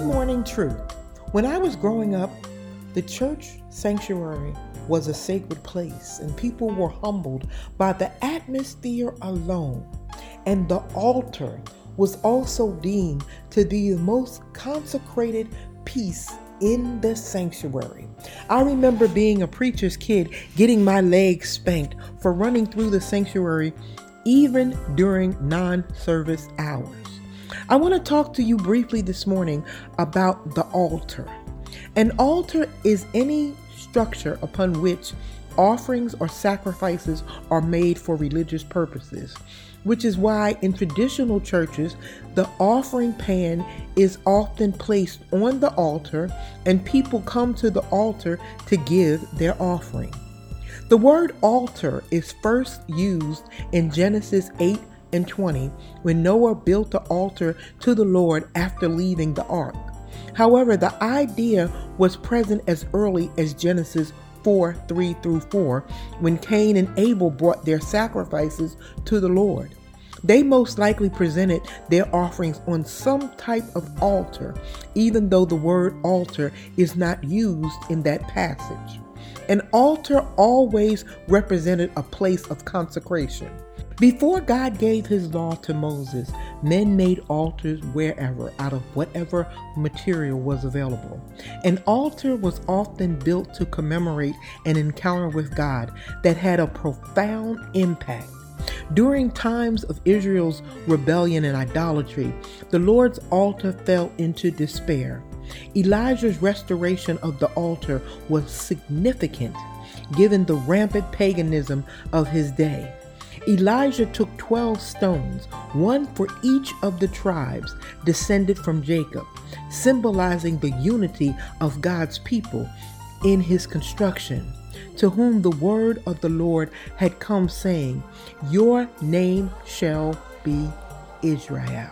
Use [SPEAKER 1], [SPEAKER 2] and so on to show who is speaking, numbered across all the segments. [SPEAKER 1] morning truth. When I was growing up, the church sanctuary was a sacred place, and people were humbled by the atmosphere alone. And the altar was also deemed to be the most consecrated piece in the sanctuary. I remember being a preacher's kid getting my legs spanked for running through the sanctuary even during non service hours. I want to talk to you briefly this morning about the altar. An altar is any structure upon which offerings or sacrifices are made for religious purposes, which is why in traditional churches, the offering pan is often placed on the altar and people come to the altar to give their offering. The word altar is first used in Genesis 8 and 20 when Noah built the altar to the Lord after leaving the ark. However, the idea was present as early as Genesis 4 3 through 4 when Cain and Abel brought their sacrifices to the Lord. They most likely presented their offerings on some type of altar, even though the word altar is not used in that passage. An altar always represented a place of consecration. Before God gave his law to Moses, men made altars wherever out of whatever material was available. An altar was often built to commemorate an encounter with God that had a profound impact. During times of Israel's rebellion and idolatry, the Lord's altar fell into despair. Elijah's restoration of the altar was significant given the rampant paganism of his day. Elijah took 12 stones, one for each of the tribes descended from Jacob, symbolizing the unity of God's people in his construction, to whom the word of the Lord had come, saying, Your name shall be Israel.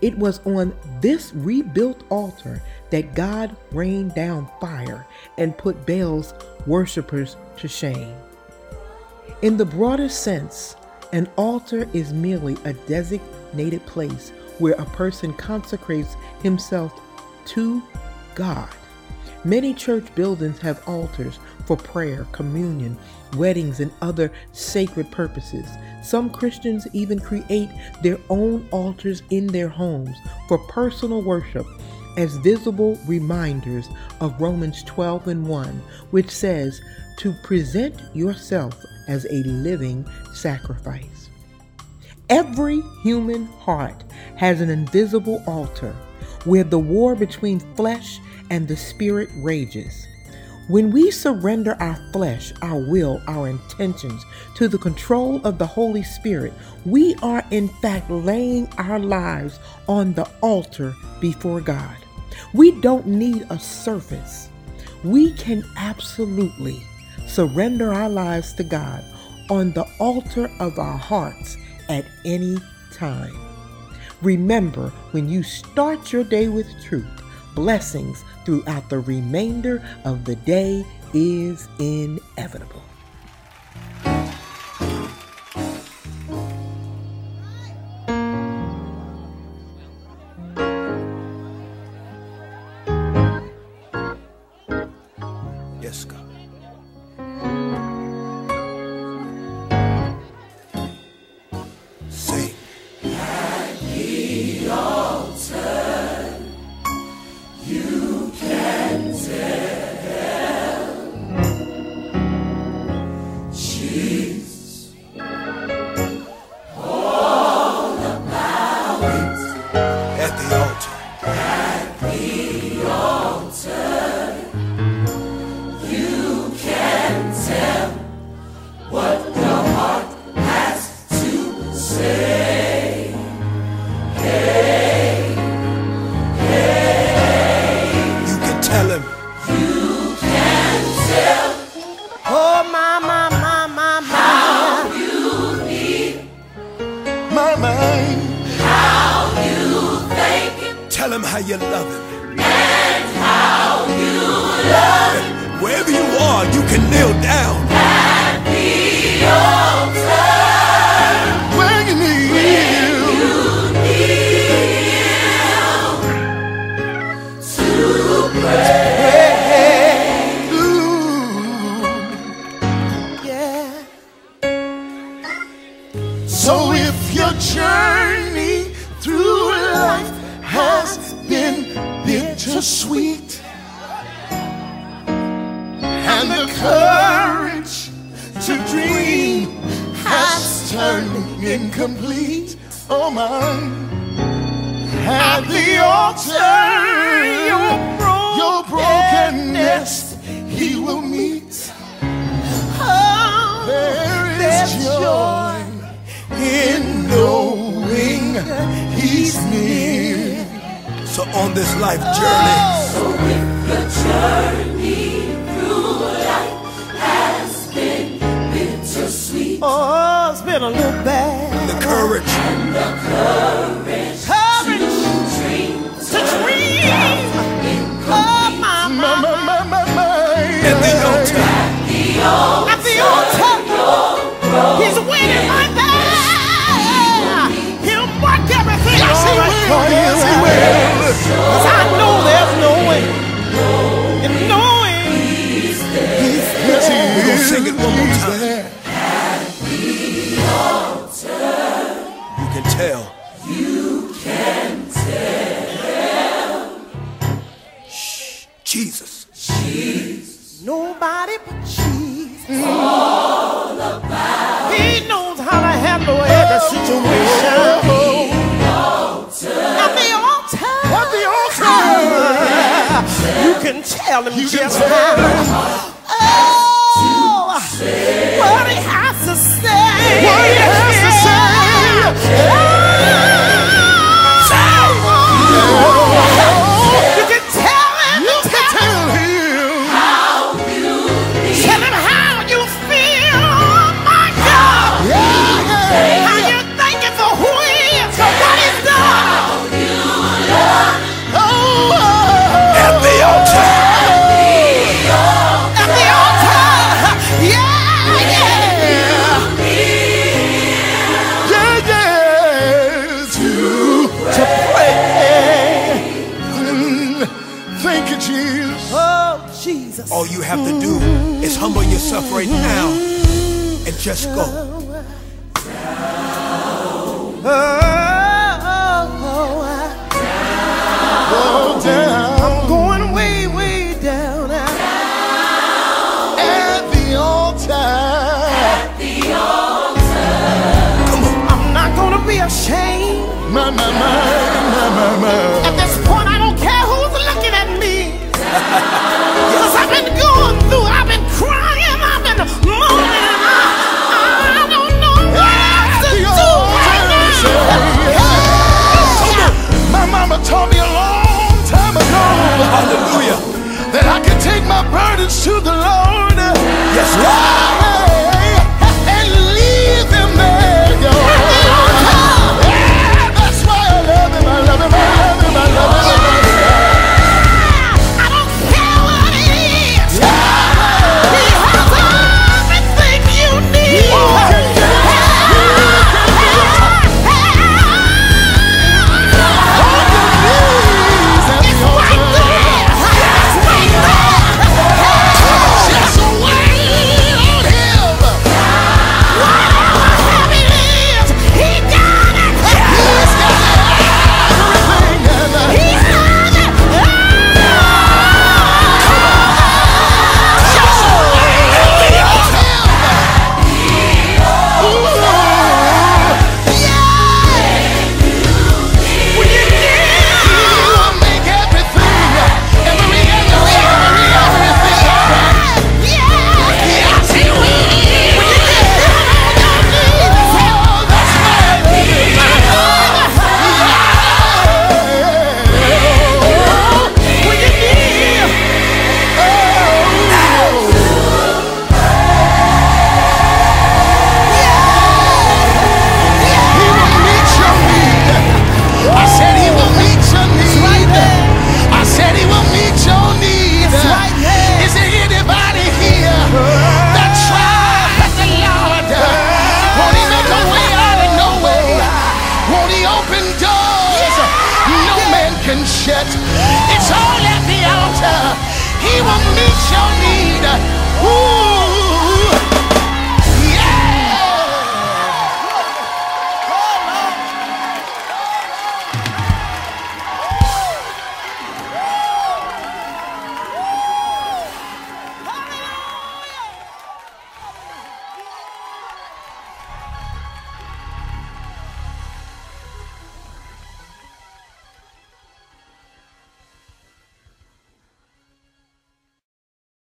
[SPEAKER 1] It was on this rebuilt altar that God rained down fire and put Baal's worshippers to shame. In the broader sense, an altar is merely a designated place where a person consecrates himself to God. Many church buildings have altars for prayer, communion, weddings, and other sacred purposes. Some Christians even create their own altars in their homes for personal worship as visible reminders of Romans 12 and 1, which says, To present yourself as a living sacrifice. Every human heart has an invisible altar where the war between flesh and the spirit rages. When we surrender our flesh, our will, our intentions to the control of the Holy Spirit, we are in fact laying our lives on the altar before God. We don't need a surface. We can absolutely surrender our lives to God on the altar of our hearts at any time. Remember, when you start your day with truth, blessings throughout the remainder of the day is inevitable.
[SPEAKER 2] Yes, God. Sing. At the altar. You can tell him.
[SPEAKER 3] Oh, my, my, my, my, my.
[SPEAKER 2] my mind. How you think? Tell him how you love him. And how you love him. Wherever you are, you can kneel down. At the altar. When you kneel.
[SPEAKER 4] the sweet and the courage to dream has turned incomplete. Oh my. At the altar, your, your brokenness he will meet.
[SPEAKER 3] Oh,
[SPEAKER 4] There is joy in knowing he's near.
[SPEAKER 2] So on this life journey,
[SPEAKER 3] Oh, it's been a little bad.
[SPEAKER 2] the courage
[SPEAKER 3] Courage to dream. Oh, my, my,
[SPEAKER 4] My, my, my, my, my.
[SPEAKER 2] at the altar,
[SPEAKER 3] my, the altar. He's winning my back. He'll mark everything I see with.
[SPEAKER 4] Oh, yes, he will.
[SPEAKER 3] Cause I know there's no way. And knowing
[SPEAKER 4] Yes, he
[SPEAKER 2] we're gonna
[SPEAKER 4] is.
[SPEAKER 2] sing it one more
[SPEAKER 4] He's
[SPEAKER 2] time.
[SPEAKER 4] there.
[SPEAKER 2] you can tell. Shh, Jesus,
[SPEAKER 3] nobody but Jesus. He knows how to handle every situation. At the altar.
[SPEAKER 4] At the altar,
[SPEAKER 3] You can tell him
[SPEAKER 4] you can
[SPEAKER 3] just
[SPEAKER 4] tell.
[SPEAKER 3] Oh, what he has to say.
[SPEAKER 4] What he has to say.
[SPEAKER 3] Oh, you can tell him.
[SPEAKER 4] You can tell him.
[SPEAKER 3] Tell him how you feel. Oh my God.
[SPEAKER 4] Yeah.
[SPEAKER 3] How you thank him for who he is, for what he's done.
[SPEAKER 4] Oh,
[SPEAKER 2] at the altar,
[SPEAKER 3] At the altar. Yeah, yeah.
[SPEAKER 4] yeah, yeah. To, to pray. Thank you, Jesus.
[SPEAKER 3] Oh, Jesus.
[SPEAKER 2] all you have to do is humble yourself right now and just go.
[SPEAKER 3] Oh,
[SPEAKER 4] Go down
[SPEAKER 3] going way, way down. I-
[SPEAKER 4] at the altar.
[SPEAKER 3] I'm not gonna be ashamed.
[SPEAKER 4] My, my, my, my, my, my.
[SPEAKER 3] At this point, I don't care who's looking at me. Cause I've been going through, I've been crying, I've been moaning. and I, I don't know what else to
[SPEAKER 4] The
[SPEAKER 3] do right now.
[SPEAKER 4] altar. My mama taught me a long time ago.
[SPEAKER 2] Hallelujah.
[SPEAKER 4] that I can take my burdens to the Lord.
[SPEAKER 2] Yes,
[SPEAKER 4] Lord. And leave them there, yo. Yeah, That's why I love him, I love him, I love him, I love him. I love him.
[SPEAKER 3] I don't care what it is. He has everything you need.
[SPEAKER 4] Please, at the altar. Just wait on him. He's got everything, and I- Is there anybody here that tried but the Lord? Won't he make a way out of no way? Won't he open doors no man can shut? It's all at the altar. He will meet your need. Ooh,